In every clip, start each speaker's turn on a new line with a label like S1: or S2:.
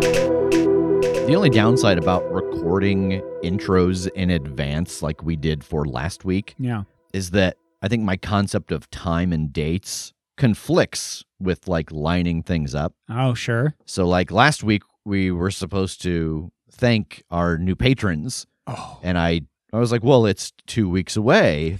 S1: The only downside about recording intros in advance, like we did for last week,
S2: Yeah.
S1: is that I think my concept of time and dates conflicts with like lining things up.
S2: Oh, sure.
S1: So, like last week, we were supposed to thank our new patrons,
S2: Oh.
S1: and I I was like, well, it's two weeks away,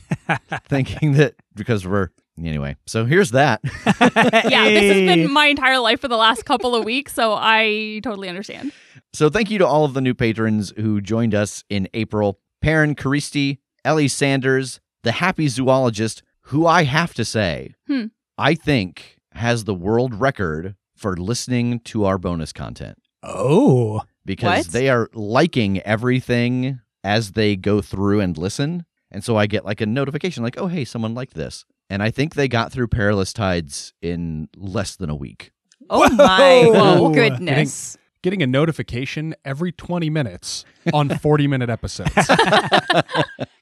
S1: thinking that because we're anyway. So here's that.
S3: yeah, this has been my entire life for the last couple of weeks, so I totally understand.
S1: So thank you to all of the new patrons who joined us in April. Perrin Caristi, Ellie Sanders, the happy zoologist, who I have to say,
S3: Hmm.
S1: I think has the world record for listening to our bonus content
S2: Oh.
S1: because
S3: What?
S1: they are liking everything as they go through and listen. And so I get like a notification like, oh, hey, someone liked this. And I think they got through Perilous Tides in less than a week.
S4: Oh
S2: Whoa.
S4: my
S2: Whoa.
S4: goodness.
S5: getting a notification every 20 minutes on 40 minute episodes.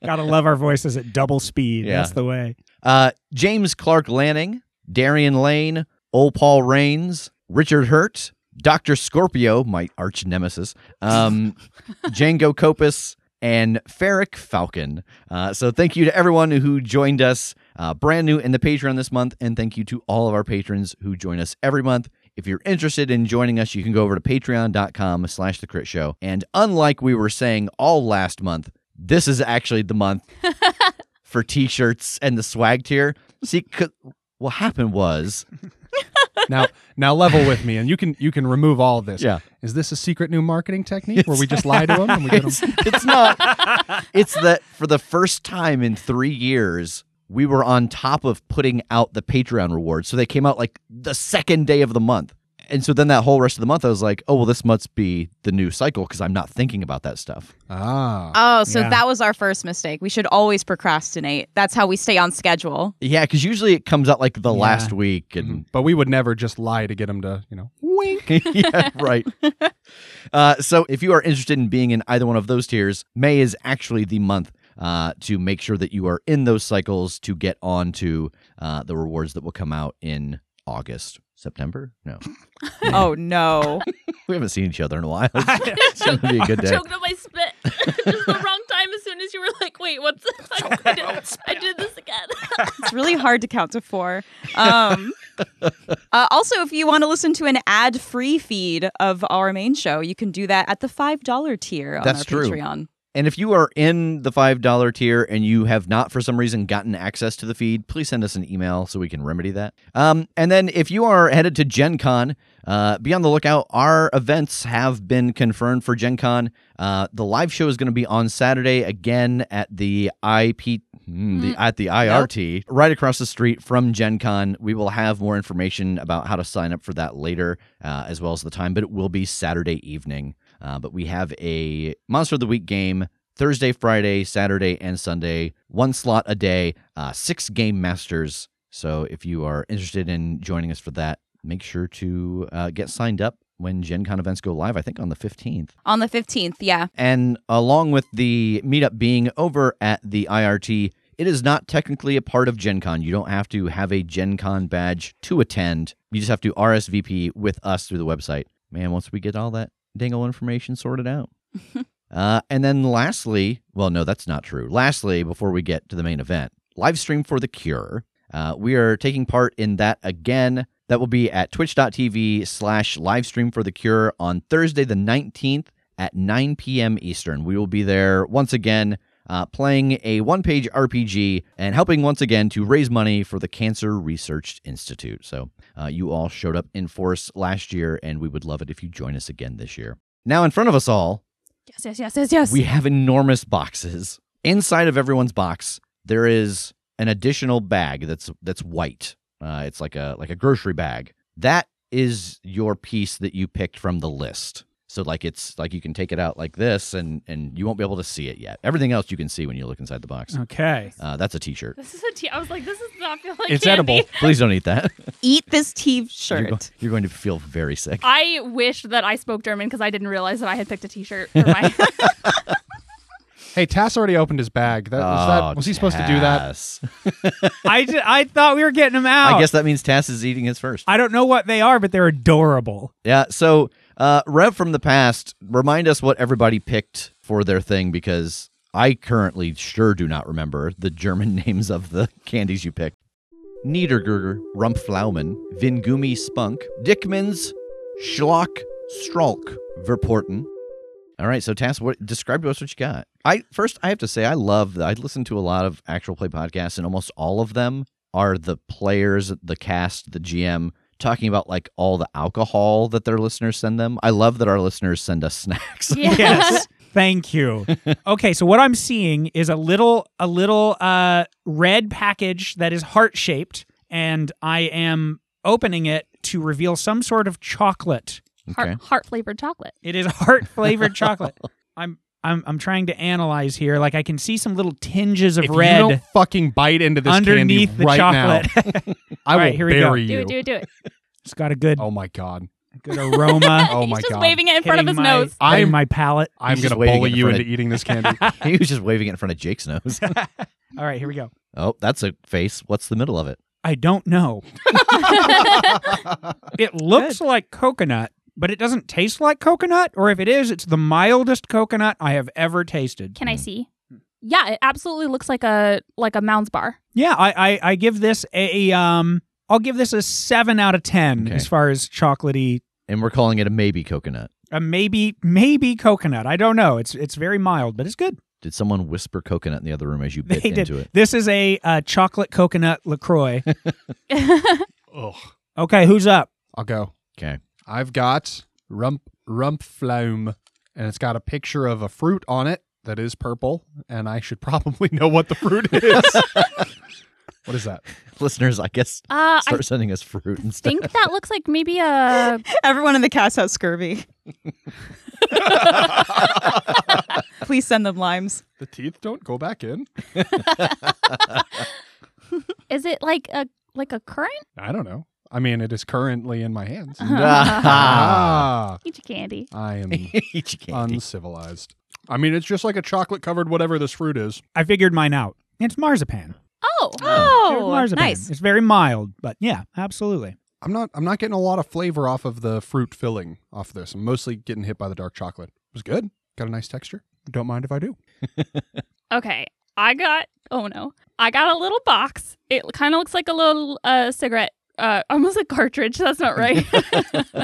S2: Gotta love our voices at double speed.
S1: Yeah.
S2: That's the way.
S1: Uh, James Clark Lanning, Darian Lane, Ol Paul Rains, Richard Hurt, Dr. Scorpio, my arch nemesis, um, Django Copus, and Ferric Falcon. Uh, so thank you to everyone who joined us uh, brand new in the Patreon this month, and thank you to all of our patrons who join us every month. If you're interested in joining us, you can go over to patreon.com slash the crit show. And unlike we were saying all last month, this is actually the month for t-shirts and the swag tier. See, 'cause what happened was,
S5: now, now level with me and you can you can remove all this.
S1: Yeah.
S5: Is this a secret new marketing technique where we just lie to them and we get 'em-
S1: it's, it's not. It's that for the first time in three years, we were on top of putting out the Patreon rewards, so they came out like the second day of the month. And so then that whole rest of the month, I was like, oh well, this must be the new cycle because I'm not thinking about that stuff.
S5: Ah.
S4: Oh, so
S2: Yeah.
S4: that was our first mistake. We should always procrastinate. That's how we stay on schedule.
S1: Yeah, because usually it comes out like the
S2: Yeah.
S1: last week and
S5: Hmm. But we would never just lie to get them to, you know, wink.
S1: yeah, right. Uh, so if you are interested in being in either one of those tiers, May is actually the month uh, to make sure that you are in those cycles to get on to uh, the rewards that will come out in August. September? No.
S4: Oh no.
S1: We haven't seen each other in a while. It's going to be a good day.
S3: Choked up my spit. Just the wrong time as soon as you were like, wait, what's this? I did, I did this again.
S4: it's really hard to count to four. Um, uh, also, if you want to listen to an ad free feed of our main show, you can do that at the $5 tier on
S1: That's
S4: our
S1: true.
S4: Patreon.
S1: And if you are in the $5 tier and you have not, for some reason, gotten access to the feed, please send us an email so we can remedy that. Um, and then if you are headed to Gen Con, uh, be on the lookout. Our events have been confirmed for Gen Con. Uh, the live show is going to be on Saturday again at the IP. mm, The, at the IRT, right across the street from Gen Con. We will have more information about how to sign up for that later, uh, as well as the time, but it will be Saturday evening. Uh, but we have a Monster of the Week game Thursday, Friday, Saturday, and Sunday. One slot a day, uh, six game masters. So if you are interested in joining us for that, make sure to uh, get signed up when Gen Con events go live, I think on the 15th.
S4: On the 15th, yeah.
S1: And along with the meetup being over at the IRT, it is not technically a part of Gen Con. You don't have to have a Gen Con badge to attend. You just have to RSVP with us through the website. Man, once we get all that dingle information sorted out. uh, and then lastly, well, no, that's not true. Lastly, before we get to the main event, live stream for the cure. Uh, we are taking part in that again. That will be at twitch.tv slash livestream for the cure on Thursday the 19th at 9 p.m. Eastern. We will be there once again uh, playing a one page RPG and helping once again to raise money for the Cancer Research Institute. So uh, you all showed up in force last year, and we would love it if you join us again this year. Now, in front of us all,
S4: Yes, yes, yes, yes, yes.
S1: we have enormous boxes. Inside of everyone's box, there is an additional bag that's that's white. Uh, it's like a like a grocery bag. That is your piece that you picked from the list. So like it's like you can take it out like this, and and you won't be able to see it yet. Everything else you can see when you look inside the box.
S2: Okay.
S1: Uh, that's a T-shirt.
S3: This is a tea. I was like, this is not feeling like
S2: It's
S3: candy.
S2: edible.
S1: Please don't eat that.
S4: Eat this
S1: You're, go-
S4: T-shirt.
S1: you're going to feel very sick.
S5: Uh,
S3: I wish that I spoke German because I didn't realize that I had picked a T-shirt for my.
S5: Hey, Tass already opened his bag. That, was, that,
S1: Oh,
S5: was he supposed to do that?
S1: Tass.
S2: I, ju- I thought we were getting them out.
S1: I guess that means Tass is eating his first.
S2: I don't know what they are, but they're adorable.
S1: Yeah. So, uh, Rev from the past, remind us what everybody picked for their thing because I currently sure do not remember the German names of the candies you picked. Niedergurger, Rumpflaumen, Vingumi Spunk, Dickmans, Schlock, Stralk, Verporten. All right, so Tass, what describe to us what you got? I first I have to say I love I listen to a lot of actual play podcasts, and almost all of them are the players, the cast, the GM talking about like all the alcohol that their listeners send them. I love that our listeners send us snacks.
S2: yes thank you okay so what i'm seeing is a little a little uh red package that is heart shaped and i am opening it to reveal some sort of chocolate
S1: Okay.
S3: Heart, heart flavored chocolate.
S2: it is heart flavored chocolate i'm I'm, I'm trying to analyze here. Like I can see some little tinges of
S5: If you
S2: red
S5: don't fucking bite into this
S2: underneath
S5: candy
S2: the
S5: right
S2: chocolate.
S5: now, I
S2: All
S5: will
S2: right, here we go.
S5: bury
S3: Do
S5: you.
S3: it, do it, do it.
S2: it's got a good
S5: Oh my god.
S2: good aroma.
S5: Oh my
S3: He's just
S5: god.
S3: waving it in front of his
S2: hitting my,
S3: nose.
S2: hitting
S5: I'm-
S2: my palate.
S5: I'm
S1: He's just
S5: gonna
S1: waving
S5: bully
S1: it in
S5: you
S1: front
S5: into
S1: of-
S5: eating this candy.
S1: he was just waving it in front of Jake's nose.
S2: All right, here we go.
S1: oh, that's a face. What's the middle of it?
S2: I don't know. it looks like coconut, but it doesn't taste like coconut. Or if it is, it's the mildest coconut I have ever tasted.
S3: Can I see? Yeah, it absolutely looks like a like a Mounds bar.
S2: Yeah, I I, I give this a um. I'll give this a seven out of ten
S1: Okay.
S2: as far as chocolatey.
S1: And we're calling it a maybe coconut.
S2: Uh, maybe maybe coconut. I don't know. It's it's very mild, but it's good.
S1: Did someone whisper coconut in the other room as you
S2: They
S1: bit
S2: did.
S1: into it?
S2: This is a uh, chocolate coconut Lacroix.
S5: Ugh.
S2: okay, who's up?
S5: I'll go.
S1: Okay.
S5: I've got rump rumpflaum, and it's got a picture of a fruit on it that is purple, and I should probably know what the fruit is. what is that?
S1: Listeners, I guess
S3: Uh, I
S1: start sending us fruit and stuff.
S3: think that looks like maybe a
S4: Everyone in the cast has scurvy. Please send them limes.
S5: The teeth don't go back in.
S3: Is it like a like a currant?
S5: I don't know. I mean, it is currently in my hands.
S1: Uh-huh. Ah.
S5: Ah,
S3: Eat your candy.
S5: I am
S1: Eat your candy.
S5: uncivilized. I mean, it's just like a chocolate covered whatever this fruit is.
S2: I figured mine out. It's marzipan.
S3: Oh,
S2: It's marzipan.
S4: nice.
S2: It's very mild, but yeah, absolutely.
S5: I'm not. I'm not getting a lot of flavor off of the fruit filling off of this. I'm mostly getting hit by the dark chocolate. It was good. Got a nice texture. Don't mind if I do.
S3: Okay, I got. Oh no, I got a little box. It kind of looks like a little uh, cigarette, uh, almost a cartridge. That's not right. Let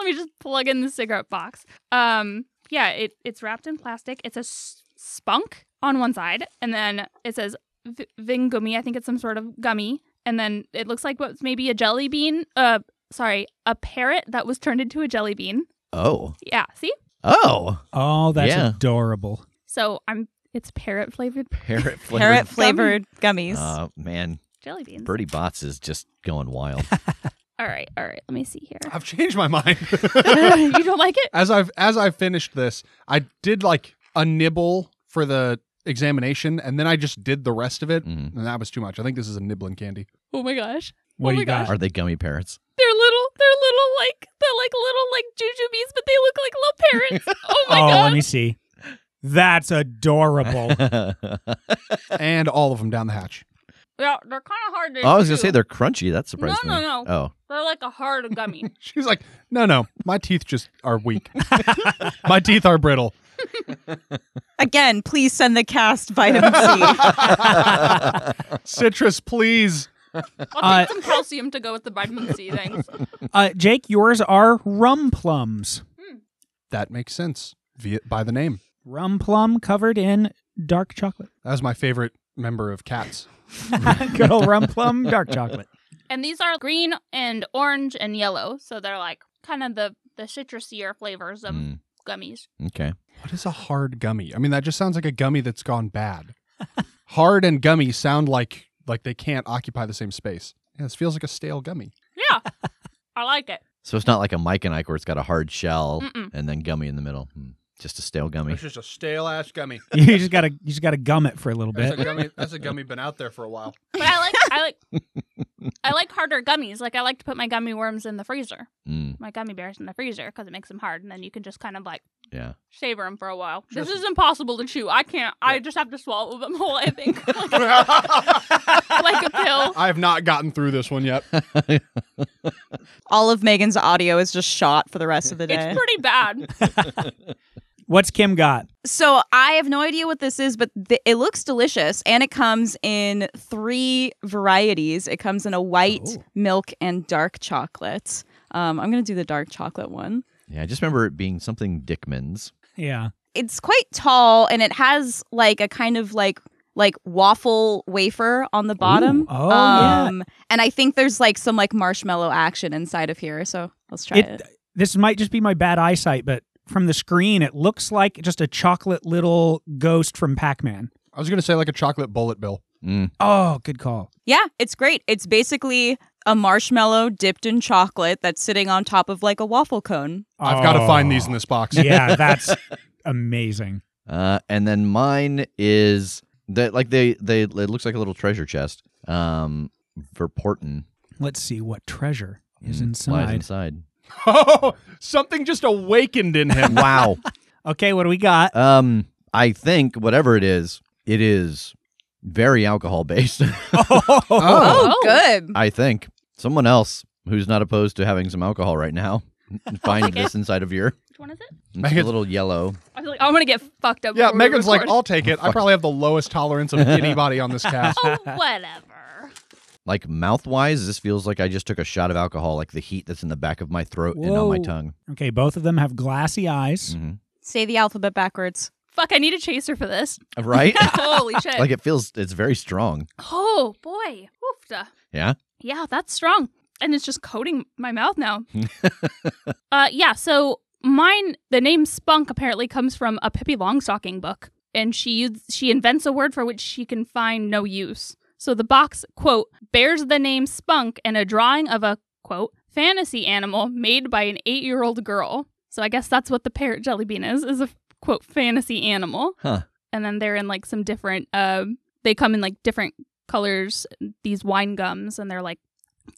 S3: me just plug in the cigarette box. Um, yeah, it it's wrapped in plastic. It's a s- spunk on one side, and then it says v- Vingummy. I think it's some sort of gummy, and then it looks like what's maybe a jelly bean. Uh, sorry, a parrot that was turned into a jelly bean.
S1: Oh.
S3: Yeah, see.
S1: Oh.
S2: Oh, that's
S1: Yeah.
S2: adorable.
S3: So I'm. It's parrot flavored
S1: Parrot flavored.
S4: Carrot flavored gummies.
S1: Uh, man,
S3: jelly beans.
S1: Birdie Bots is just going wild.
S3: All right, all right. Let me see here.
S5: I've changed my mind.
S3: you don't like it?
S5: as I've as I finished this, I did like a nibble for the examination, and then I just did the rest of it,
S1: Mhm.
S5: and that was too much. I think this is a nibbling candy.
S3: Oh my gosh.
S2: What
S3: oh
S2: do
S3: my
S2: you got?
S3: gosh.
S1: Are they gummy parrots?
S3: They're little, they're little like they're like little like jujubes, but they look like little parrots. Oh my
S2: oh, let
S3: god.
S2: me see. That's adorable.
S5: and all of them down the hatch.
S3: Yeah, they're kind of hard to
S1: Oh, I was gonna say
S3: chew.
S1: they're crunchy. That surprised
S3: No,
S1: me.
S3: no, no.
S1: Oh,
S3: they're like a hard gummy.
S5: She's like, no, no, my teeth just are weak. my teeth are brittle.
S4: Again, please send the cast vitamin C.
S1: Oh.
S5: Citrus, please.
S3: I'll
S2: Uh,
S3: take some calcium to go with the vitamin C things.
S2: uh, Jake, yours are rum plums.
S5: That makes sense via, by the name.
S2: Rum plum covered in dark chocolate.
S5: That was my favorite member of Cats.
S2: Good old rum plum dark chocolate.
S3: And these are green and orange and yellow, so they're like kind of the the citrusier flavors of
S1: Mm,
S3: gummies.
S1: okay.
S5: What is a hard gummy? I mean, that just sounds like a gummy that's gone bad. hard and gummy sound like like they can't occupy the same space. Yeah, this feels like a stale gummy.
S3: Yeah, I like it.
S1: So it's not like a Mike and Ike where it's got a hard shell
S3: Mm-mm.
S1: and then gummy in the middle. Hmm. Just a stale
S2: Oh,
S1: gummy.
S5: just a stale ass gummy.
S2: You just gotta you just gotta gum it for a little bit.
S5: gummy. That's a gummy been out there for a while.
S3: But I like I like I like harder gummies. Like I like to put my gummy worms in the freezer,
S1: Mm,
S3: my gummy bears in the freezer, because it makes them hard, and then you can just kind of like
S1: yeah.
S3: savor them for a while. This
S5: Just-
S3: is impossible to chew. I can't. I just have to swallow them whole. I think like, like a pill.
S5: I have not gotten through this one yet.
S4: All of Megan's audio is just shot for the rest of the day.
S3: It's pretty bad.
S2: What's Kim got?
S4: so I have no idea what this is, but th- it looks delicious, and it comes in three varieties. It comes in a white,
S2: Ooh.
S4: milk, and dark chocolate. Um, I'm gonna do the dark chocolate one.
S1: Yeah, I just remember it being something Dickman's.
S2: Yeah.
S4: It's quite tall, and it has like a kind of like like waffle wafer on the bottom. Um,
S2: Oh, yeah.
S3: Um,
S4: And I think there's like some like marshmallow action inside of here. So let's try
S2: It-
S4: it.
S2: This might just be my bad eyesight, but from the screen it looks like just a chocolate little ghost from Pac-Man.
S5: I was gonna say like a chocolate bullet bill.
S1: Mm.
S2: Oh, good call.
S4: Yeah, it's great. It's basically a marshmallow dipped in chocolate that's sitting on top of like a waffle cone.
S5: I've got to find
S2: Oh.
S5: these in this box.
S2: yeah, that's amazing.
S1: Uh, and then mine is that like they they it looks like a little treasure chest. Um, Verporten
S2: Let's see what treasure is
S1: mm, lies
S2: inside.
S1: inside.
S5: Oh, something just awakened in him.
S1: wow.
S2: Okay, what do we got?
S1: Um, I think whatever it is, it is very alcohol based.
S5: Oh.
S4: Oh, good.
S1: I think someone else who's not opposed to having some alcohol right now find this inside of your
S3: Which one is it?
S1: it's a
S5: Megan's-
S1: little yellow.
S3: I feel like I'm gonna get fucked up.
S5: Yeah,
S3: before we
S5: Megan's like, "Oh,
S3: record.
S5: I'll take it. I probably have the lowest tolerance of anybody on this cast.
S3: oh whatever.
S1: Like mouth wise, this feels like I just took a shot of alcohol, like the heat that's in the back of my throat and on my
S2: Whoa.
S1: tongue.
S2: Okay, both of them have glassy eyes.
S1: Mhm.
S4: Say the alphabet backwards.
S3: Fuck! I need a chaser for this.
S1: Right?
S3: Holy shit!
S1: like it feels, it's very strong.
S3: oh boy, Oofta.
S1: Yeah?
S3: Yeah, that's strong. And it's just coating my mouth now. uh yeah, so mine the name Spunk apparently comes from a Pippi Longstocking book and she uses, she invents a word for which she can find no use. So the box quote bears the name Spunk and a drawing of a quote fantasy animal made by an 8-year-old girl. So I guess that's what the parrot jelly bean is is a quote fantasy animal.
S1: Huh.
S3: And then they're in like some different um they come in like different colors these wine gums and they're like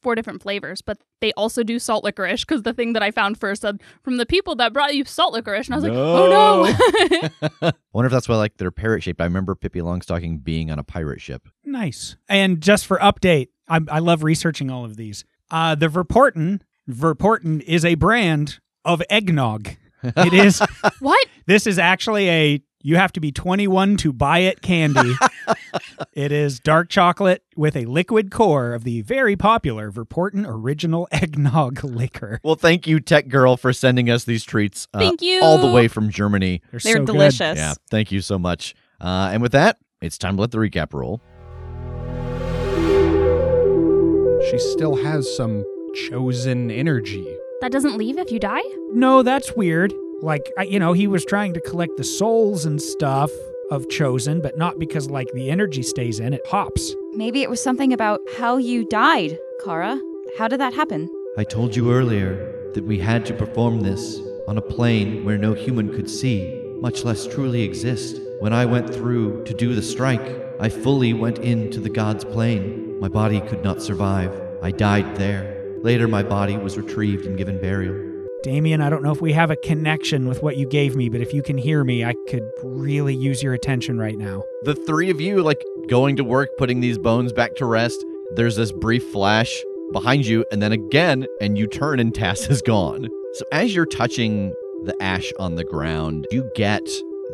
S3: four different flavors, but they also do salt licorice because the thing that I found first said from the people that brought you salt licorice, and I was like, oh no.
S1: I wonder if that's why like they're parrot shaped. I remember Pippi Longstocking being on a pirate ship.
S2: Nice. And just for update, I, I love researching all of these. Uh, the Verporten, Verporten is a brand of eggnog. It is.
S3: what?
S2: this is actually a you have to be 21 to buy it candy. it is dark chocolate with a liquid core of the very popular Verporten original eggnog liquor.
S1: Well, thank you, Tech Girl, for sending us these treats. Uh,
S3: Thank you.
S1: All the way from Germany.
S2: They're,
S4: They're
S2: so good.
S4: delicious.
S1: Yeah, thank you so much. Uh, and with that, it's time to let the recap roll.
S5: She still has some chosen energy.
S3: That doesn't leave if you die?
S2: No, that's weird. Like, I, you know, he was trying to collect the souls and stuff of Chosen, but not because, like, the energy stays in, it hops.
S4: Maybe it was something about how you died, Kara. How did that happen?
S1: I told you earlier that we had to perform this on a plane where no human could see, much less truly exist. When I went through to do the strike, I fully went into the God's plane. My body could not survive. I died there. Later, my body was retrieved and given burial.
S2: Damien, I don't know if we have a connection with what you gave me, but if you can hear me, I could really use your attention right now.
S1: The three of you, like going to work, putting these bones back to rest, there's this brief flash behind you, and then again, and you turn, and Tass is gone. So as you're touching the ash on the ground, you get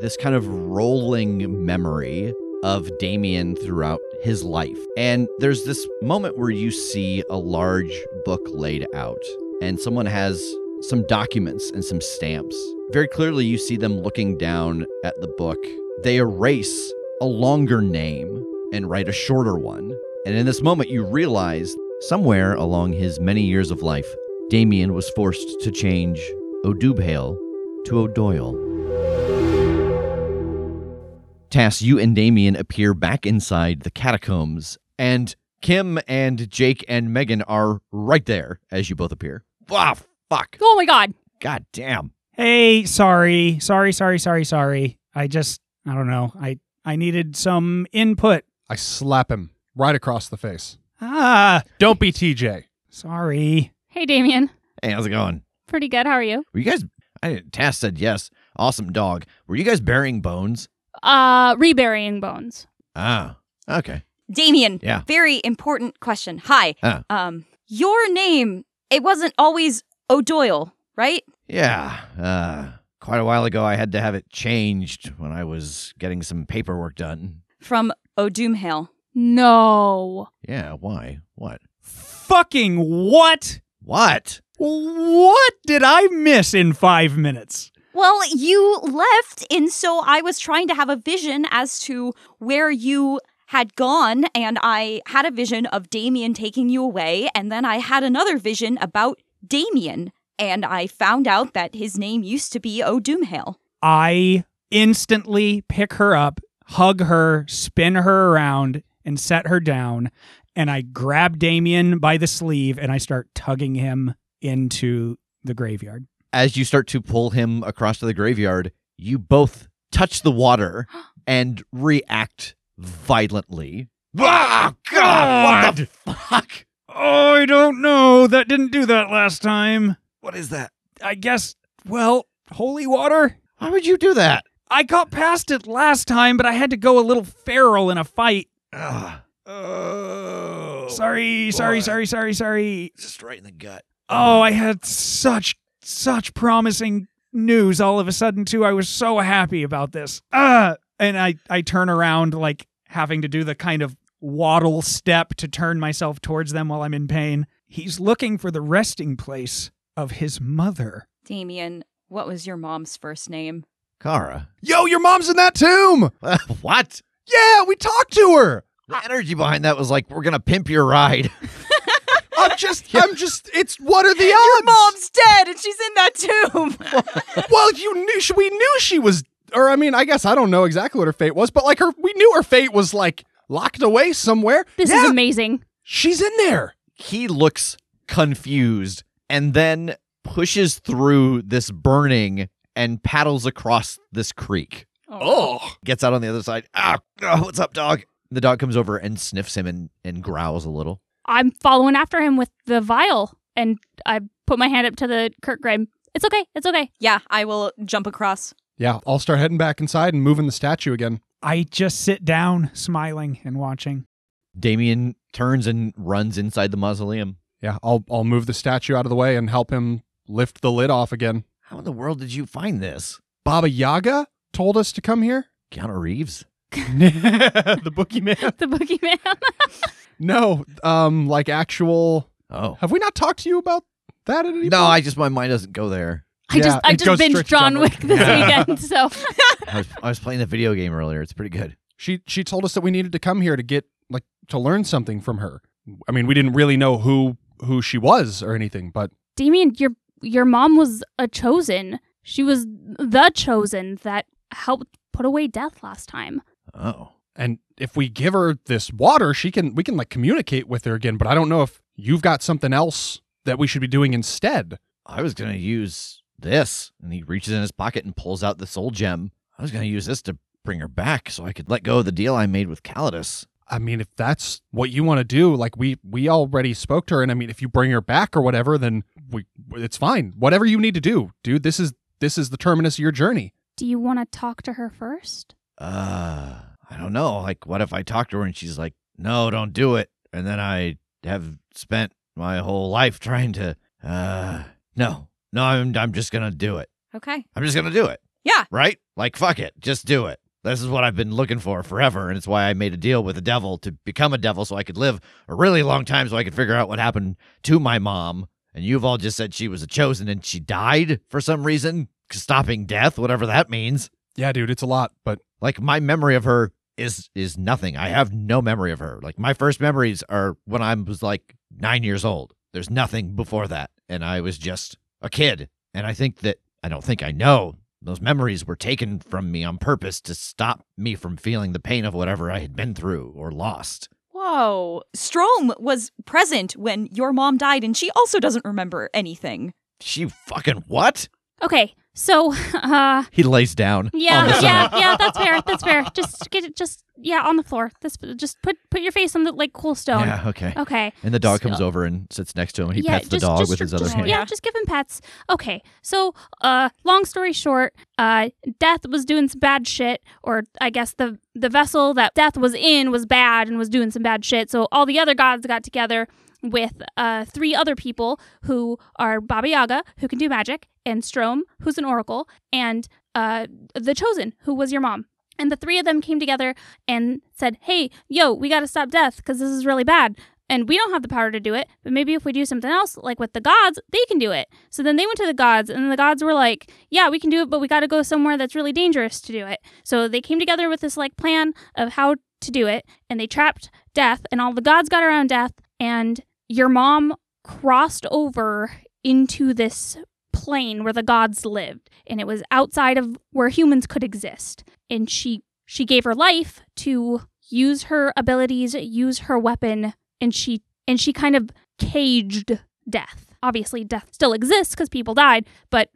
S1: this kind of rolling memory of Damien throughout his life. And there's this moment where you see a large book laid out, and someone has some documents and some stamps. Very clearly, you see them looking down at the book they erase a longer name and write a shorter one. And in this moment, you realize somewhere along his many years of life, Damien was forced to change O'Dubhale to O'Doyle. Tass, you and Damien appear back inside the catacombs, and Kim and Jake and Megan are right there as you both appear. Ah, fuck.
S3: Oh my god.
S1: God damn.
S2: Hey, sorry, sorry, sorry, sorry, sorry. I just, I don't know. I I needed some input.
S5: I slap him right across the face.
S2: Ah,
S5: Don't be TJ.
S2: sorry.
S3: Hey Damien.
S1: Hey, how's it going?
S3: Pretty good. How are you?
S1: Were you guys? I, Tass said yes. Awesome dog. Were you guys burying bones?
S3: Uh reburying bones.
S1: Ah, okay.
S4: Damien,
S1: Yeah.
S4: very important question. Hi.
S1: Huh.
S4: Um, your name, it wasn't always O'Doyle, right?
S1: Yeah. Uh, quite a while ago, I had to have it changed when I was getting some paperwork done.
S4: From O'Doomhale.
S3: No.
S1: Yeah. Why? What?
S2: Fucking what?
S1: What?
S2: What did I miss in five minutes?
S4: Well, you left, and so I was trying to have a vision as to where you had gone, and I had a vision of Damien taking you away, and then I had another vision about Damien, and I found out that his name used to be O'Doomhale.
S2: I instantly pick her up, hug her, spin her around, and set her down. And I grab Damien by the sleeve and I start tugging him into the graveyard.
S1: As you start to pull him across to the graveyard, you both touch the water and react violently. Ah, God! What the fuck?
S2: Oh, I don't know. That didn't do that last time.
S1: What is that?
S2: I guess, well, holy water?
S1: Why would you do that?
S2: I got past it last time, but I had to go a little feral in a fight.
S1: Ugh. Ah. Oh.
S2: Sorry, sorry,
S1: boy.
S2: sorry, sorry, sorry.
S1: Just right in the gut.
S2: Oh, I had such, such promising news all of a sudden, too. I was so happy about this. Ah! And I, I turn around, like, having to do the kind of waddle step to turn myself towards them while I'm in pain. He's looking for the resting place of his mother.
S4: Damien, what was your mom's first name?
S1: Kara.
S5: Yo, your mom's in that tomb.
S1: what?
S5: Yeah, we talked to her.
S1: The energy behind that was like, we're gonna pimp your ride.
S5: I'm just, I'm just. It's what are the
S4: Your
S5: odds?
S4: mom's dead, and she's in that tomb.
S5: Well, you knew she, we knew she was, or I mean, I guess I don't know exactly what her fate was, but like her, we knew her fate was like locked away somewhere.
S3: This
S5: Yeah,
S3: is amazing.
S5: She's in there.
S1: he looks confused and then pushes through this burning and paddles across this creek.
S5: Oh,
S1: Gets out on the other side. Ah, ah, what's up, dog? The dog comes over and sniffs him and, and growls a little.
S3: I'm following after him with the vial and I put my hand up to the Kurt Graham. It's okay. It's okay.
S4: yeah, I will jump across.
S5: yeah. I'll start heading back inside and moving the statue again.
S2: I just sit down, smiling and watching.
S1: Damien turns and runs inside the mausoleum.
S5: Yeah, I'll I'll move the statue out of the way and help him lift the lid off again.
S1: How in the world did you find this?
S5: Baba Yaga told us to come here.
S1: Keanu Reeves?
S5: the boogeyman.
S3: The boogeyman.
S5: No, um, like actual.
S1: Oh.
S5: Have we not talked to you about that at any
S1: No,
S5: point?
S1: I just, my mind doesn't go there.
S3: I
S5: Yeah,
S3: just I
S5: it goes
S3: just
S5: straight to
S3: binged John
S5: John
S3: Wick
S5: Wick.
S3: this
S1: Yeah.
S3: weekend, so
S1: I was, I was playing the video game earlier. It's pretty good.
S5: She she told us that we needed to come here to get like to learn something from her. I mean, we didn't really know who who she was or anything, but
S3: Damien, your your mom was a chosen. She was the chosen that helped put away death last time.
S1: Oh.
S5: and if we give her this water, she can we can like communicate with her again, but I don't know if you've got something else that we should be doing instead.
S1: I was going to use this. And he reaches in his pocket and pulls out the soul gem. I was going to use this to bring her back so I could let go of the deal I made with Calidus.
S5: I mean, if that's what you want to do, like we we already spoke to her and I mean, if you bring her back or whatever, then we it's fine. Whatever you need to do, dude, this is this is the terminus of your journey.
S3: Do you want to talk to her first?
S1: Uh, I don't know. Like, what if I talk to her and she's like, no, don't do it? And then I have spent my whole life trying to, uh, no, no, I'm, I'm just going to do it.
S4: Okay.
S1: I'm just going to do it.
S4: Yeah.
S1: Right? Like, fuck it. Just do it. This is what I've been looking for forever. And it's why I made a deal with the devil to become a devil so I could live a really long time so I could figure out what happened to my mom. And you've all just said she was a chosen and she died for some reason, stopping death, whatever that means.
S5: Yeah, dude, it's a lot, but
S1: Like my memory of her is is nothing. I have no memory of her. Like my first memories are when I was like 9 years old. There's nothing before that and I was just a kid. And I think that I don't think I know those memories were taken from me on purpose to stop me from feeling the pain of whatever I had been through or lost.
S4: Whoa. Strom was present when your mom died, and she also doesn't remember anything.
S1: She fucking what?
S3: Okay, so uh,
S1: He lays down. on the
S3: yeah,
S1: side.
S3: yeah, yeah. That's fair. That's fair. Just get it. Just yeah, on the floor. This just put put your face on the like cool stone.
S1: Yeah, okay.
S3: Okay.
S1: And the dog
S3: So-
S1: comes over and sits next to him. He
S3: Oh, yeah,
S1: pets the
S3: just-
S1: dog
S3: just-
S1: with his
S3: just-
S1: other hand.
S3: Yeah, just give him pets. Okay. So, uh, long story short, uh, Death was doing some bad shit, or I guess the the vessel that Death was in was bad and was doing some bad shit. So all the other gods got together with uh, three other people who are Baba Yaga, who can do magic, and Strom, who's an oracle, and uh, the Chosen, who was your mom. And the three of them came together and said, "Hey, yo, we got to stop Death because this is really bad." and we don't have the power to do it, but maybe if we do something else, like with the gods, they can do it. So then they went to the gods, and the gods were like, Yeah, we can do it, but we got to go somewhere that's really dangerous to do it. So they came together with this like plan of how to do it, and they trapped death, and all the gods got around death, and your mom crossed over into this plane where the gods lived, and it was outside of where humans could exist. And she she gave her life to use her abilities, use her weapon and she and she kind of caged death. Obviously, death still exists because people died, but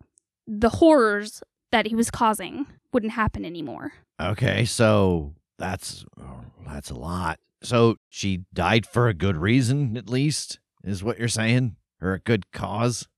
S3: the horrors that he was causing wouldn't happen anymore.
S1: Okay, so that's oh, that's a lot. So she died for a good reason, at least, is what you're saying, or a good cause.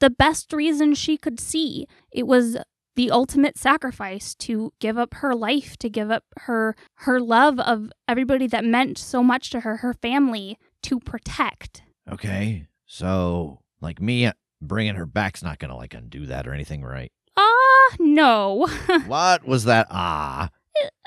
S3: The best reason she could see it was the ultimate sacrifice to give up her life, to give up her her love of everybody that meant so much to her, her family, to protect.
S1: Okay, so like me uh, bringing her back's not gonna like undo that or anything, right?
S3: Ah, no.
S1: what was that? Ah,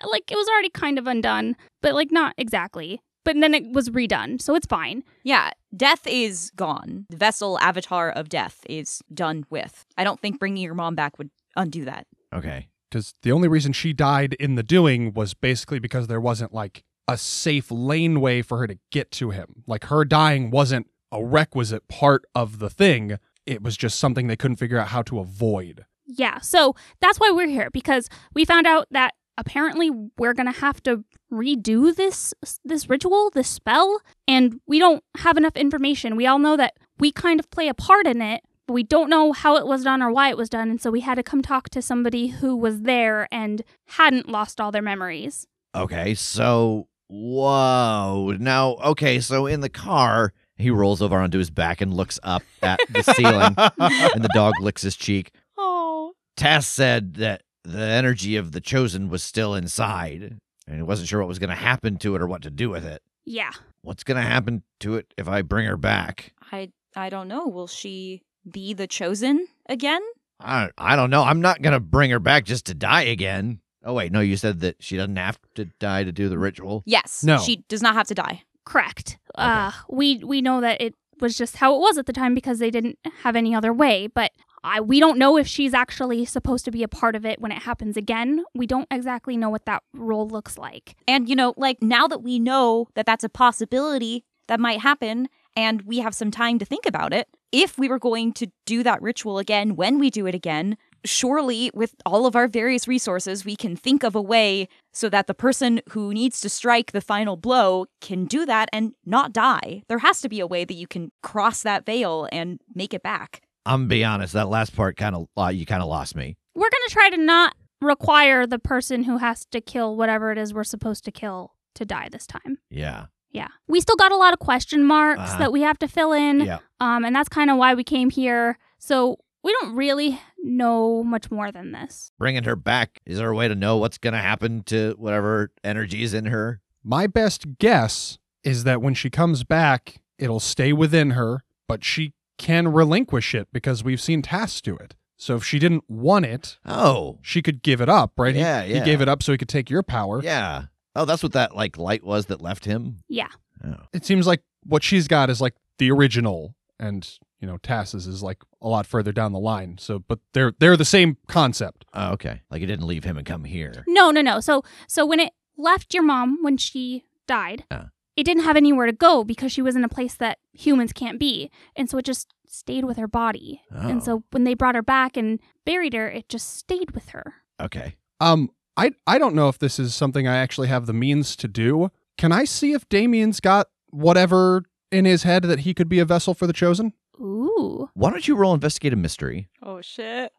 S3: like it was already kind of undone, but like not exactly. But then it was redone, so it's fine.
S4: Yeah, death is gone. The vessel avatar of death is done with. I don't think bringing your mom back would undo that.
S1: okay.
S5: because the only reason she died in the doing was basically because there wasn't like a safe laneway for her to get to him. Like her dying wasn't a requisite part of the thing. It was just something they couldn't figure out how to avoid.
S3: Yeah, so that's why we're here because we found out that apparently we're gonna have to redo this this ritual, this spell, and we don't have enough information. We all know that we kind of play a part in it, but we don't know how it was done or why it was done, and so we had to come talk to somebody who was there and hadn't lost all their memories.
S1: Okay, so whoa. Now, okay, so in the car, he rolls over onto his back and looks up at the ceiling, and the dog licks his cheek.
S4: Oh.
S1: Tass said that the energy of the chosen was still inside, and he wasn't sure what was going to happen to it or what to do with it.
S3: Yeah.
S1: What's going to happen to it if I bring her back?
S4: I I don't know. Will she be the chosen again?
S1: I I don't know. I'm not going to bring her back just to die again. Oh wait, no, you said that she doesn't have to die to do the ritual.
S4: Yes.
S5: No.
S4: She does not have to die.
S3: Correct. Uh, we we know that it was just how it was at the time because they didn't have any other way. But I we don't know if she's actually supposed to be a part of it when it happens again. We don't exactly know what that role looks like.
S4: And you know, like now that we know that that's a possibility that might happen and we have some time to think about it, if we were going to do that ritual again when we do it again, surely with all of our various resources we can think of a way so that the person who needs to strike the final blow can do that and not die. There has to be a way that you can cross that veil and make it back.
S1: I'm be honest, that last part kind of uh, you kind of lost me.
S3: We're gonna try to not require the person who has to kill whatever it is we're supposed to kill to die this time.
S1: Yeah.
S3: Yeah, we still got a lot of question marks
S1: Uh-huh.
S3: that we have to fill in.
S1: Yeah.
S3: Um, and that's kind of why we came here. So we don't really know much more than this.
S1: Bringing her back, is there a way to know what's going to happen to whatever energy is in her?
S5: My best guess is that when she comes back, it'll stay within her, but she can relinquish it because we've seen tasks do it. So if she didn't want it,
S1: Oh.
S5: she could give it up, right? He-
S1: Yeah,
S5: he,
S1: yeah.
S5: gave it up so he could take your power.
S1: Yeah. Oh, that's what that like light was that left him.
S3: Yeah.
S1: Oh.
S5: It seems like what she's got is like the original, and you know Tassis is like a lot further down the line. So, but they're they're the same concept.
S1: Oh, okay. Like it didn't leave him and come here.
S3: No, no, no. So so when it left your mom when she died,
S1: Uh.
S3: it didn't have anywhere to go because she was in a place that humans can't be. And so it just stayed with her body. And so when they brought her back and buried her, it just stayed with her.
S1: Okay.
S5: Um, I I don't know if this is something I actually have the means to do. Can I see if Damien's got whatever in his head that he could be a vessel for the chosen?
S3: Ooh.
S1: Why don't you roll investigate a mystery?
S4: Oh shit.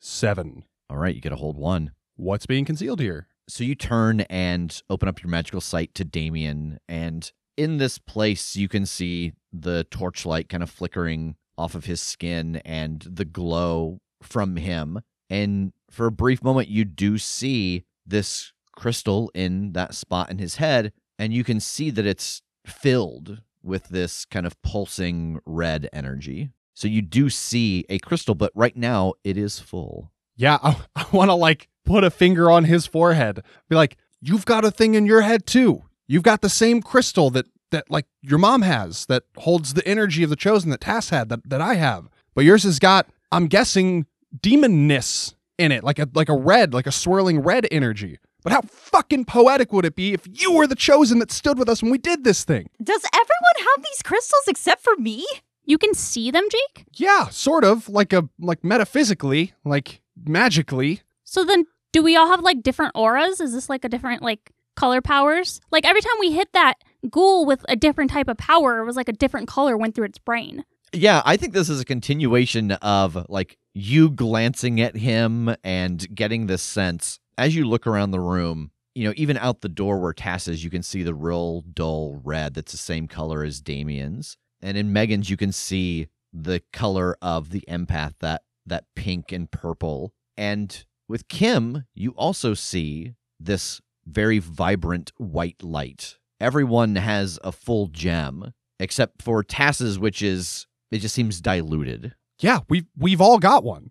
S5: Seven.
S1: All right, you get a hold one.
S5: What's being concealed here?
S1: So you turn and open up your magical sight to Damien, and in this place you can see the torchlight kind of flickering off of his skin and the glow from him. And for a brief moment you do see this crystal in that spot in his head, and you can see that it's filled with this kind of pulsing red energy. So you do see a crystal, but right now it is full.
S5: Yeah, I, I want to like put a finger on his forehead. Be like, "You've got a thing in your head too. You've got the same crystal that that like your mom has that holds the energy of the chosen that Tass had that that I have. But yours has got I'm guessing demonness in it, like a like a red, like a swirling red energy. But how fucking poetic would it be if you were the chosen that stood with us when we did this thing?
S4: Does everyone have these crystals except for me?
S3: You can see them, Jake?
S5: Yeah, sort of like a like metaphysically, like magically.
S3: So then do we all have like different auras? Is this like a different like color powers? Like every time we hit that ghoul with a different type of power, it was like a different color went through its brain.
S1: Yeah, I think this is a continuation of like you glancing at him and getting this sense as you look around the room. You know, even out the door where Tass is, you can see the real dull red that's the same color as Damien's. And in Megan's, you can see the color of the empath, that that pink and purple. And with Kim, you also see this very vibrant white light. Everyone has a full gem, except for Tass's, which is it just seems diluted.
S5: Yeah, we've we've all got one.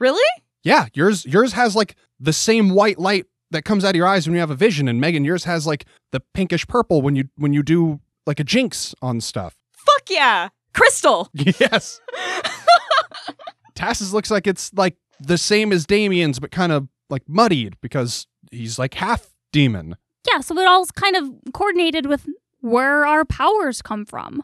S4: really?
S5: Yeah, yours yours has like the same white light that comes out of your eyes when you have a vision, and Megan, yours has like the pinkish purple when you when you do like a jinx on stuff.
S4: Fuck yeah. Crystal.
S5: Yes. Tass's looks like it's like the same as Damien's, but kind of like muddied because he's like half demon.
S3: Yeah, so it all's kind of coordinated with where our powers come from.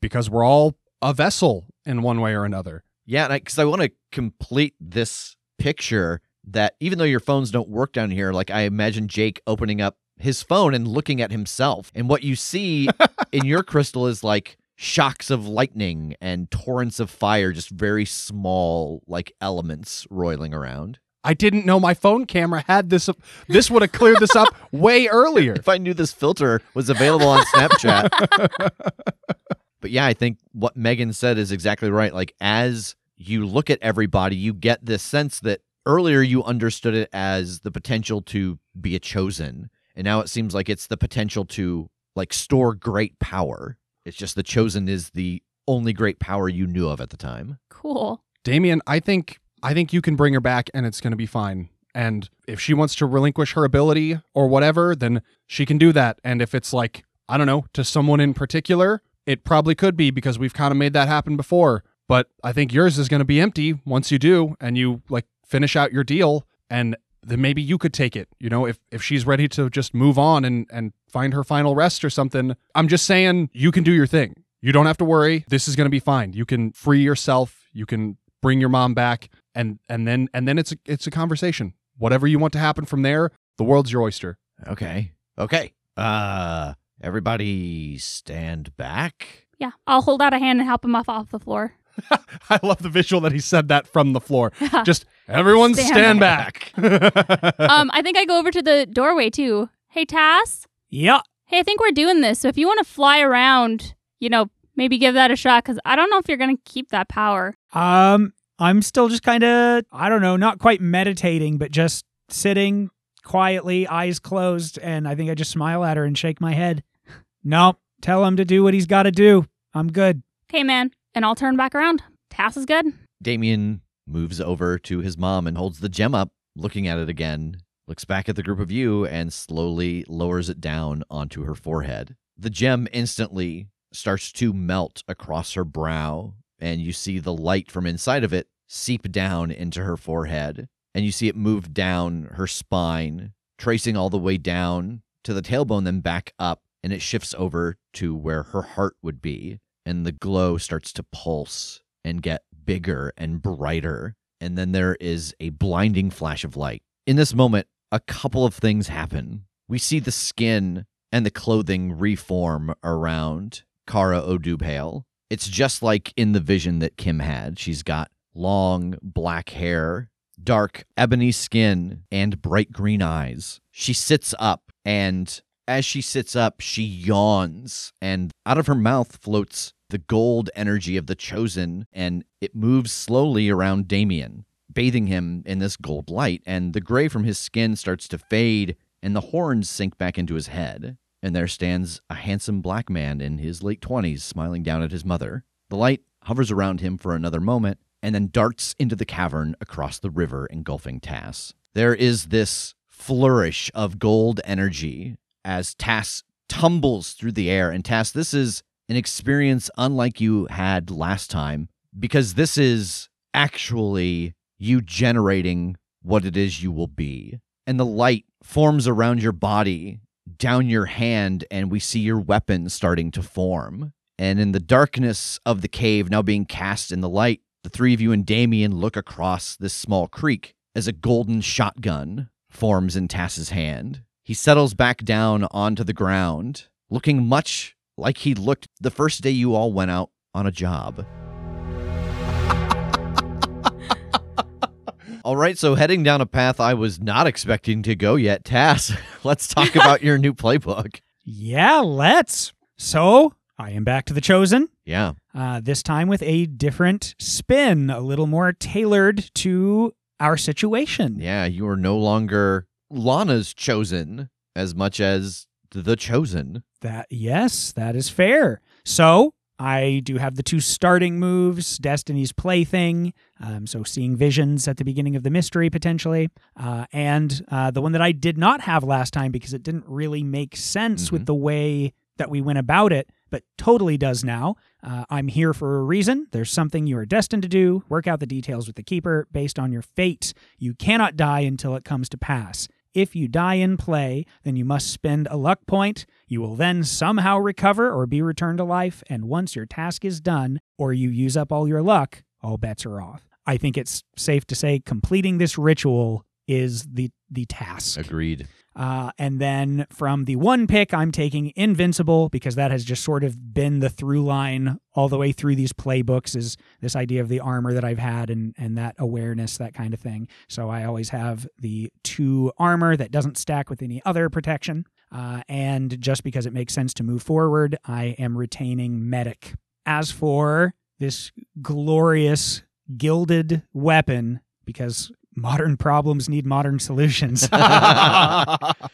S5: Because we're all a vessel in one way or another.
S1: Yeah, and because I, want to complete this picture that even though your phones don't work down here, like I imagine Jake opening up his phone and looking at himself, and what you see in your crystal is like shocks of lightning and torrents of fire, just very small like elements roiling around.
S5: I didn't know my phone camera had this. up- This would have cleared this up way earlier.
S1: If I knew this filter was available on Snapchat. but yeah, I think what Megan said is exactly right. Like, as you look at everybody, you get this sense that earlier you understood it as the potential to be a chosen. And now it seems like it's the potential to, like, store great power. It's just the chosen is the only great power you knew of at the time.
S3: Cool.
S5: Damien, I think I think you can bring her back and it's going to be fine. And if she wants to relinquish her ability or whatever, then she can do that. And if it's like, I don't know, to someone in particular, it probably could be because we've kind of made that happen before. But I think yours is going to be empty once you do and you like finish out your deal and then maybe you could take it, you know, if if she's ready to just move on and and find her final rest or something. I'm just saying you can do your thing. You don't have to worry. This is going to be fine. You can free yourself. You can bring your mom back and and then and then it's a, it's a conversation whatever you want to happen from there the world's your oyster
S1: Okay. Okay. Uh, everybody stand back.
S3: Yeah, I'll hold out a hand and help him off off the floor.
S5: i love the visual that he said that from the floor just everyone stand,
S3: Stand
S5: back,
S3: um, I think I go over to the doorway too. Hey, Tass.
S2: Yeah.
S3: Hey, I think we're doing this. So if you want to fly around, you know, maybe give that a shot because I don't know if you're going to keep that power.
S2: Um, I'm still just kind of, I don't know, not quite meditating, but just sitting quietly, eyes closed, and I think I just smile at her and shake my head. No, tell him to do what he's got to do. I'm good.
S3: Okay, man. And I'll turn back around. Tass is good.
S1: Damien moves over to his mom and holds the gem up, looking at it again, looks back at the group of you, and slowly lowers it down onto her forehead. The gem instantly starts to melt across her brow and you see the light from inside of it seep down into her forehead, and you see it move down her spine, tracing all the way down to the tailbone, then back up, and it shifts over to where her heart would be, and the glow starts to pulse and get bigger and brighter. And then there is a blinding flash of light. In this moment, a couple of things happen. We see the skin and the clothing reform around Kara Odubhale. It's just like in the vision that Kim had. She's got long black hair, dark ebony skin, and bright green eyes. She sits up, and as she sits up, she yawns, and out of her mouth floats the gold energy of the chosen, and it moves slowly around Damien, bathing him in this gold light, and the gray from his skin starts to fade, and the horns sink back into his head. And there stands a handsome black man in his late 20s smiling down at his mother. The light hovers around him for another moment and then darts into the cavern across the river engulfing Tass. There is this flourish of gold energy as Tass tumbles through the air. And Tass, this is an experience unlike you had last time because this is actually you generating what it is you will be. And the light forms around your body, down your hand, and we see your weapon starting to form. And in the darkness of the cave, now being cast in the light, the three of you and Damien look across this small creek as a golden shotgun forms in Tass's hand. He settles back down onto the ground, looking much like he looked the first day you all went out on a job. All right, so heading down a path I was not expecting to go yet. Tass, let's talk about your new playbook.
S2: Yeah, let's. So I am back to the chosen.
S1: Yeah.
S2: uh, this time with a different spin, a little more tailored to our situation.
S1: Yeah, you are no longer Lana's chosen as much as the chosen.
S2: That yes, that is fair. So I do have the two starting moves, Destiny's plaything, um, so seeing visions at the beginning of the mystery potentially, uh, and uh, the one that I did not have last time because it didn't really make sense
S1: Mhm.
S2: with the way that we went about it, but totally does now. Uh, I'm here for a reason. There's something you are destined to do. Work out the details with the keeper based on your fate. You cannot die until it comes to pass. If you die in play, then you must spend a luck point. You will then somehow recover or be returned to life. And once your task is done, or you use up all your luck, all bets are off. I think it's safe to say completing this ritual is the the task.
S1: Agreed.
S2: Uh, and then from the one pick, I'm taking Invincible because that has just sort of been the through line all the way through these playbooks is this idea of the armor that I've had and, and that awareness, that kind of thing. So I always have the two armor that doesn't stack with any other protection. Uh, and just because it makes sense to move forward, I am retaining Medic. As for this glorious gilded weapon, because modern problems need modern solutions.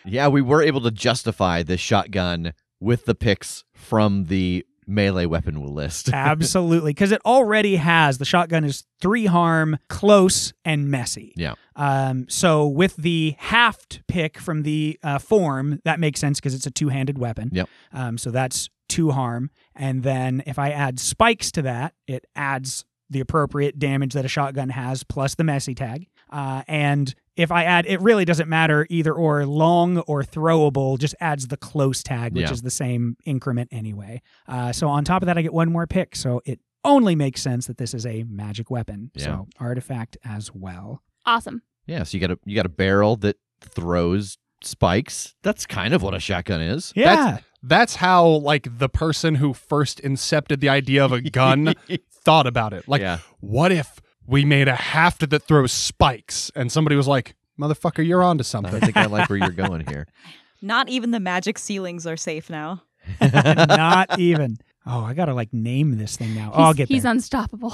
S1: yeah, we were able to justify this shotgun with the picks from the melee weapon list.
S2: Absolutely, because it already has the shotgun is three harm, close, and messy.
S1: Yeah.
S2: Um. So with the haft pick from the uh, form, that makes sense because it's a two-handed weapon.
S1: Yep.
S2: Um. So that's two harm, and then if I add spikes to that, it adds the appropriate damage that a shotgun has plus the messy tag. Uh, and if I add, it really doesn't matter either or long or throwable, just adds the close tag, which
S1: Yeah.
S2: is the same increment anyway. Uh, so on top of that, I get one more pick. So it only makes sense that this is a magic weapon.
S1: Yeah.
S2: So artifact as well.
S3: Awesome.
S1: yeah, so you got a you got a barrel that throws spikes. That's kind of what a shotgun is.
S2: Yeah.
S5: That's how like the person who first incepted the idea of a gun thought about it. Like,
S1: Yeah.
S5: what if we made a haft that throws spikes? And somebody was like, "Motherfucker, you're onto
S1: I
S5: something."
S1: think I like where you're going here.
S4: Not even the magic ceilings are safe now.
S2: Not even. Oh, I gotta like name this thing now. Oh, I'll
S3: He's-
S2: get
S3: He's
S2: there.
S3: unstoppable.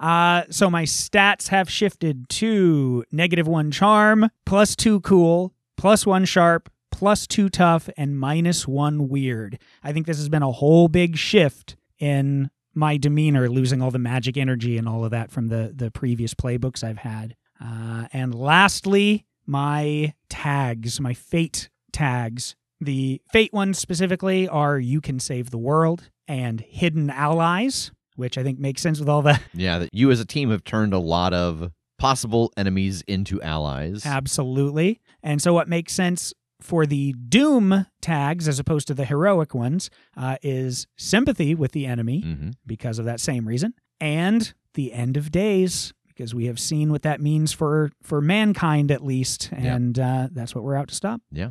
S2: uh, so my stats have shifted to negative one charm, plus two cool, plus one sharp, plus two tough, and minus one weird. I think this has been a whole big shift in my demeanor, losing all the magic energy and all of that from the the previous playbooks I've had. Uh, and lastly, my tags, my fate tags. The fate ones specifically are "You Can Save the World" and hidden allies, which I think makes sense with all the
S1: Yeah, that you as a team have turned a lot of possible enemies into allies.
S2: Absolutely. And so, what makes sense for the doom tags as opposed to the heroic ones uh, is sympathy with the enemy
S1: hmm
S2: because of that same reason, and the end of days because we have seen what that means for for mankind at least,
S1: Yeah.
S2: and uh, that's what we're out to stop.
S1: Yeah.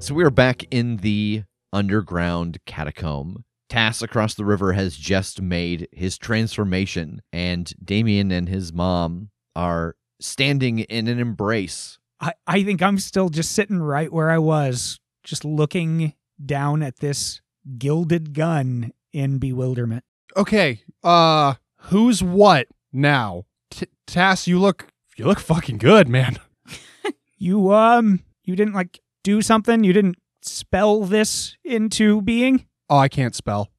S1: So we are back in the underground catacomb. Tass across the river has just made his transformation, and Damien and his mom are standing in an embrace.
S2: I, I think I'm still just sitting right where I was, just looking down at this gilded gun in bewilderment.
S5: Okay. Uh, who's what now? T- Tass, you look you look fucking good, man.
S2: You um you didn't like do something, you didn't spell this into being?
S5: Oh, I can't spell.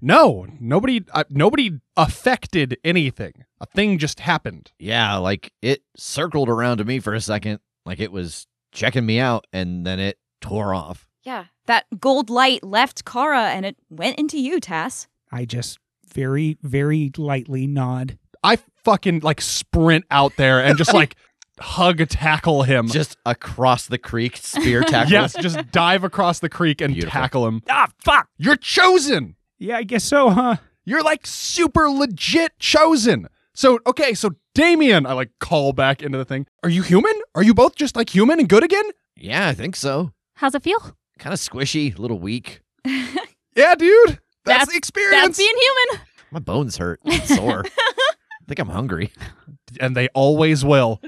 S5: no, nobody uh, nobody affected anything. A thing just happened.
S1: Yeah, like it circled around to me for a second, like it was checking me out, and then it tore off.
S4: Yeah. That gold light left Kara and it went into you, Tass.
S2: I just very, very lightly nod.
S5: I fucking like sprint out there and just like hug tackle him.
S1: Just across the creek, spear tackle.
S5: yes, just dive across the creek and
S1: Beautiful.
S5: tackle him.
S2: Ah fuck.
S5: You're chosen.
S2: Yeah, I guess so, huh?
S5: You're like super legit chosen. So okay, so Damien, I like call back into the thing. Are you human? Are you both just like human and good again?
S1: Yeah, I think so.
S3: How's it feel?
S1: Kind of squishy, a little weak.
S5: Yeah, dude. That's,
S3: That's-
S5: the experience.
S3: That's being human.
S1: My bones hurt. I'm sore. I think I'm hungry.
S5: and they always will.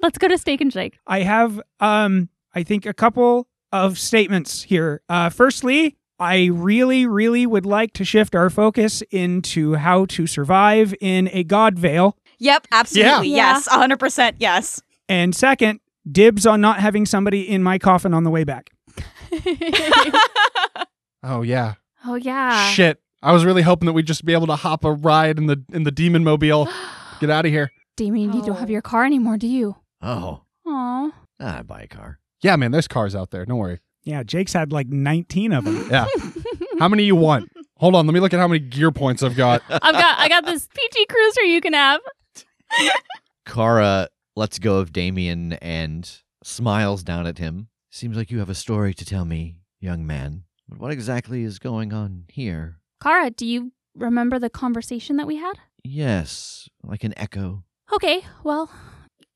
S3: Let's go to Steak and Shake.
S2: I have um I think a couple of statements here. Uh firstly, I really really would like to shift our focus into how to survive in a god veil.
S4: Yep, absolutely.
S3: Yeah.
S4: Yes, 100% yes.
S2: And second, dibs on not having somebody in my coffin on the way back.
S5: Oh yeah.
S3: oh yeah.
S5: Shit. I was really hoping that we'd just be able to hop a ride in the in the demon mobile. Get out of here.
S3: Damien, you don't have
S4: Oh.
S3: your car anymore, do you?
S1: Oh,
S3: Aw.
S1: ah, I buy a car.
S5: Yeah, man, there's cars out there. Don't worry.
S2: Yeah, Jake's had like 19 of them.
S5: Yeah. how many you want? Hold on, let me look at how many gear points I've got.
S3: I've got I got this PG cruiser you can have.
S1: Kara lets go of Damien and smiles down at him. Seems like you have a story to tell me, young man. But what exactly is going on here?
S3: Kara, do you remember the conversation that we had?
S1: Yes, like an echo.
S3: Okay, well,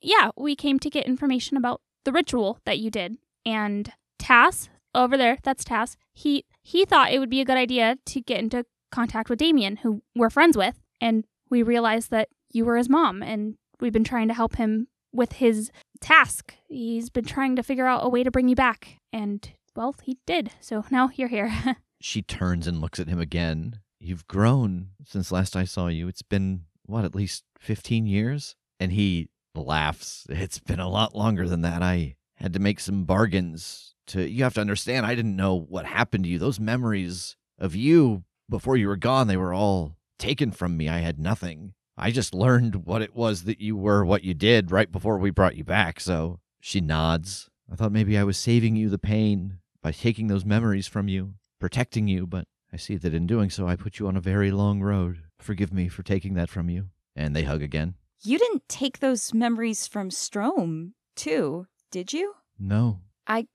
S3: yeah, we came to get information about the ritual that you did. And Tass, over there, that's Tass, he he thought it would be a good idea to get into contact with Damien, who we're friends with, and we realized that you were his mom and we've been trying to help him with his task. He's been trying to figure out a way to bring you back. And well, he did. So now you're here.
S1: She turns and looks at him again. You've grown since last I saw you. It's been, what, at least 15 years? And he laughs. It's been a lot longer than that. I had to make some bargains to. You have to understand, I didn't know what happened to you. Those memories of you before you were gone, they were all taken from me. I had nothing. I just learned what it was that you were, what you did right before we brought you back. So she nods. I thought maybe I was saving you the pain by taking those memories from you protecting you, but I see that in doing so, I put you on a very long road. Forgive me for taking that from you. And they hug again.
S4: You didn't take those memories from Strom, too, did you?
S1: No.
S4: I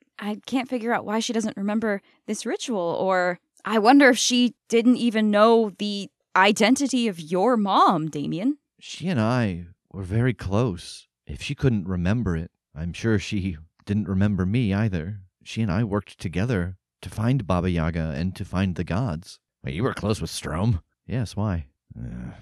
S4: can't figure out why she doesn't remember this ritual, or I wonder if she didn't even know the identity of your mom, Damien.
S1: She and I were very close. If she couldn't remember it, I'm sure she didn't remember me either. She and I worked together to find Baba Yaga and to find the gods. Wait, you were close with Strom? Yes, why? Uh,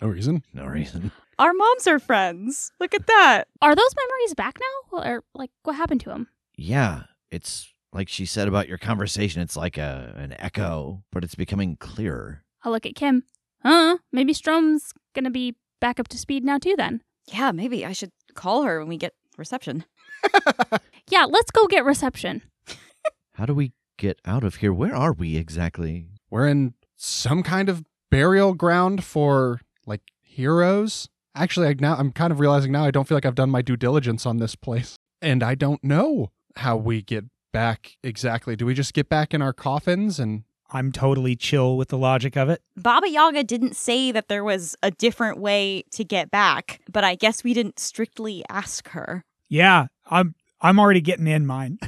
S5: No reason.
S1: no reason.
S4: Our moms are friends. Look at that.
S3: Are those memories back now? Or like what happened to him?
S1: Yeah, it's like she said about your conversation, it's like a an echo, but it's becoming clearer.
S3: I'll look at Kim. Huh? Maybe Strom's gonna be back up to speed now too then.
S4: Yeah, maybe I should call her when we get reception.
S3: Yeah, let's go get reception.
S1: How do we get out of here? Where are we exactly?
S5: We're in some kind of burial ground for like heroes. Actually, I now I'm kind of realizing now I don't feel like I've done my due diligence on this place. And I don't know how we get back exactly? Do we just get back in our coffins and
S2: I'm totally chill with the logic of it.
S4: Baba Yaga didn't say that there was a different way to get back, but I guess we didn't strictly ask her.
S2: Yeah, I'm I'm already getting in mine.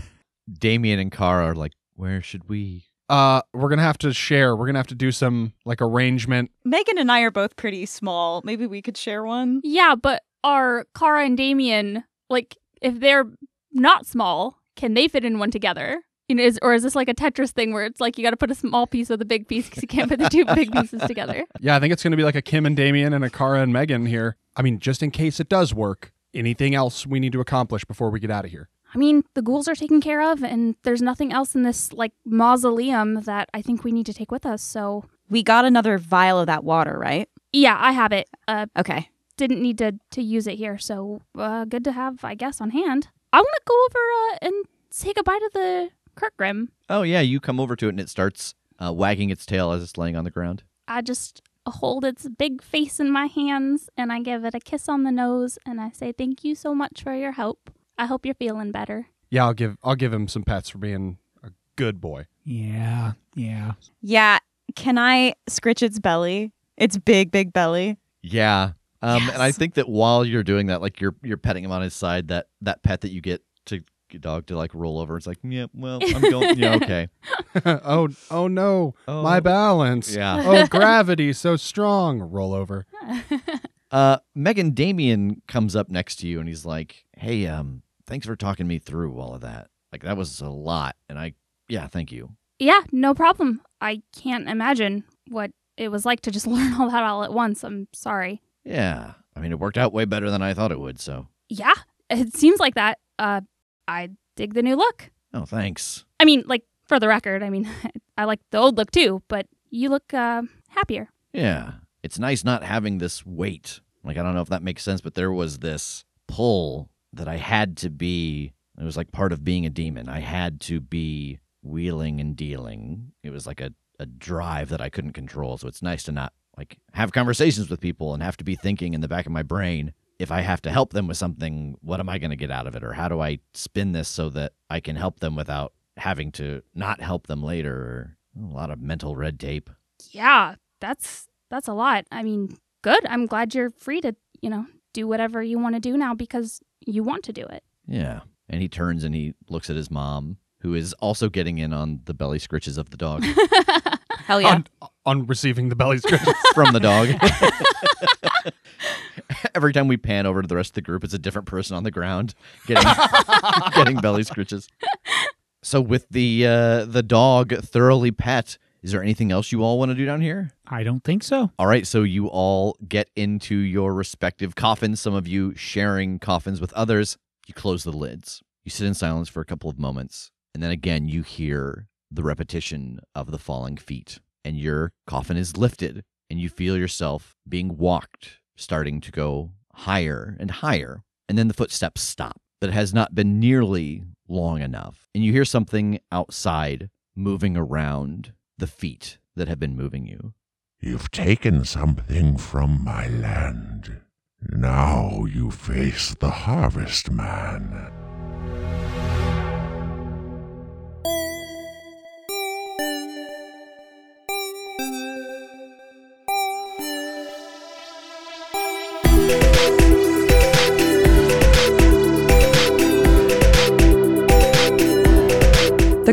S1: Damien and Kara are like, where should we?
S5: uh we're going to have to share. We're going to have to do some like arrangement.
S4: Megan and I are both pretty small. Maybe we could share one.
S3: Yeah, but are Kara and Damien like if they're not small, can they fit in one together? You know, is or is this like a Tetris thing where it's like you got to put a small piece with a big piece because you can't put the two big pieces together?
S5: Yeah, I think it's going to be like a Kim and Damien and a Kara and Megan here. I mean, just in case it does work, anything else we need to accomplish before we get out of here?
S3: I mean, the ghouls are taken care of, and there's nothing else in this like mausoleum that I think we need to take with us. So
S4: We got another vial of that water, right?
S3: yeah, I have it. Uh,
S4: Okay.
S3: didn't need to to use it here, so uh, good to have, I guess, on hand. I want to go over uh, and say goodbye to the Kirkgrim.
S1: Oh, yeah, you come over to it and it starts uh, wagging its tail as it's laying on the ground.
S3: I just hold its big face in my hands and I give it a kiss on the nose and I say, Thank you so much for your help. I hope you're feeling better.
S5: Yeah, I'll give I'll give him some pets for being a good boy.
S2: Yeah, yeah.
S4: Yeah. Can I scritch its belly? Its big, big belly.
S1: Yeah. Um, And I
S4: Yes.
S1: think that while you're doing that, like you're you're petting him on his side, that that pet that you get to your dog to like roll over, it's like, yeah, well, I'm going, yeah, okay,
S5: oh, oh no.
S1: oh,
S5: My balance.
S1: yeah.
S5: Oh, gravity so strong. Roll over.
S1: Uh, Megan Damien comes up next to you and he's like, hey, um, thanks for talking me through all of that. Like that was a lot, and I, yeah, thank you.
S3: yeah, no problem. I can't imagine what it was like to just learn all that all at once. I'm sorry.
S1: Yeah, I mean, it worked out way better than I thought it would. So,
S3: Yeah, it seems like that. Uh, I dig the new look.
S1: oh, thanks.
S3: I mean, like, for the record, I mean, I like the old look too, but you look uh, happier.
S1: Yeah, it's nice not having this weight. Like, I don't know if that makes sense, but there was this pull that I had to be. It was like part of being a demon. I had to be wheeling and dealing. It was like a, a drive that I couldn't control. So it's nice to not like have conversations with people and have to be thinking in the back of my brain if I have to help them with something, what am I going to get out of it? Or how do I spin this so that I can help them without having to not help them later? A lot of mental red tape.
S3: Yeah, that's that's a lot. I mean, good. I'm glad you're free to, you know, do whatever you want to do now because you want to do it.
S1: Yeah. And he turns and he looks at his mom, who is also getting in on the belly scritches of the dog
S4: Hell Oh, yeah.
S5: On, on receiving the belly scratch.
S1: from the dog. Every time we pan over to the rest of the group, it's a different person on the ground getting getting belly scritches. So with the uh, the dog thoroughly pet, is there anything else you all want to do down here?
S2: I don't think so.
S1: All right, so you all get into your respective coffins, some of you sharing coffins with others. You close the lids. You sit in silence for a couple of moments, and then again you hear the repetition of the falling feet, and your coffin is lifted, and you feel yourself being walked, starting to go higher and higher, and then the footsteps stop. That has not been nearly long enough, and you hear something outside moving around the feet that have been moving you.
S6: You've taken something from my land. Now you face the harvest man.
S7: The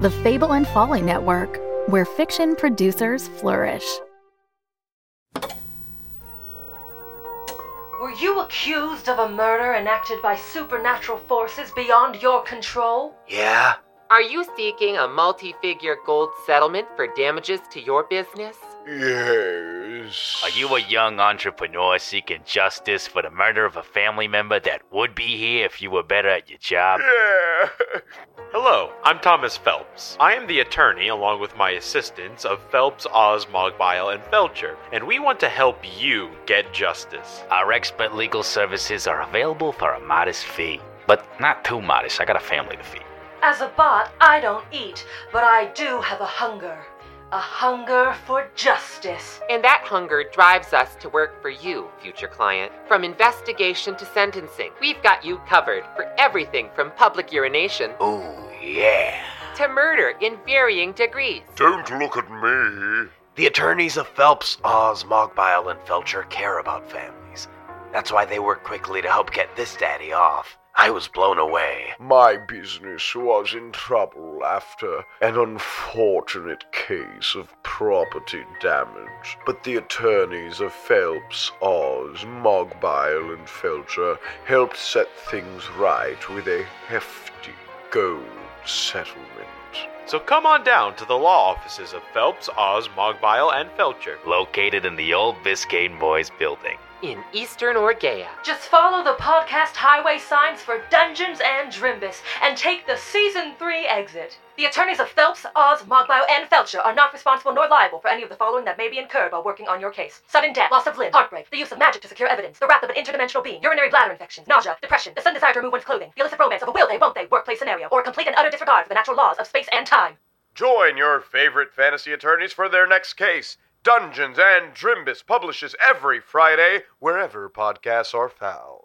S8: The Fable and Folly Network, where fiction producers flourish.
S9: Were you accused of a murder enacted by supernatural forces beyond your control?
S10: Yeah?
S11: Are you seeking a multi figure gold settlement for damages to your business?
S10: Yes.
S5: is.
S1: Are you a young entrepreneur seeking justice for the murder of a family member that would be here if you were better at your job?
S5: Yeah.
S2: Hello, I'm Thomas Phelps. I am the attorney, along with my assistants, of Phelps, Oz, Mogbile, and Felcher, and we want to help you get justice.
S1: Our expert legal services are available for a modest fee, but not too modest. I got a family to feed.
S4: As a bot, I don't eat, but I do have a hunger. A hunger for justice.
S12: And that hunger drives us to work for you, future client. From investigation to sentencing, we've got you covered for everything from public urination
S1: Ooh, yeah.
S12: to murder in varying degrees.
S5: Don't look at me.
S1: The attorneys of Phelps, Oz, Mogbile, and Felcher care about families. That's why they work quickly to help get this daddy off. I was blown away.
S5: My business was in trouble after an unfortunate case of property damage, but the attorneys of Phelps, Oz, Mogbile, and Felcher helped set things right with a hefty gold settlement.
S2: So come on down to the law offices of Phelps, Oz, Mogbile, and Felcher.
S1: Located in the old Biscayne Boys building.
S12: In Eastern Orgea,
S4: Just follow the podcast highway signs for Dungeons and Drimbus and take the Season 3 exit. The attorneys of Phelps, Oz, Mogbio, and Felcher are not responsible nor liable for any of the following that may be incurred while working on your case sudden death, loss of limb, heartbreak, the use of magic to secure evidence, the wrath of an interdimensional being, urinary bladder infection, nausea, depression, the sudden desire to remove one's clothing, the illicit romance of a will they, won't they workplace scenario, or complete and utter disregard for the natural laws of space and time.
S2: Join your favorite fantasy attorneys for their next case. Dungeons and Drimbus publishes every Friday wherever podcasts are found.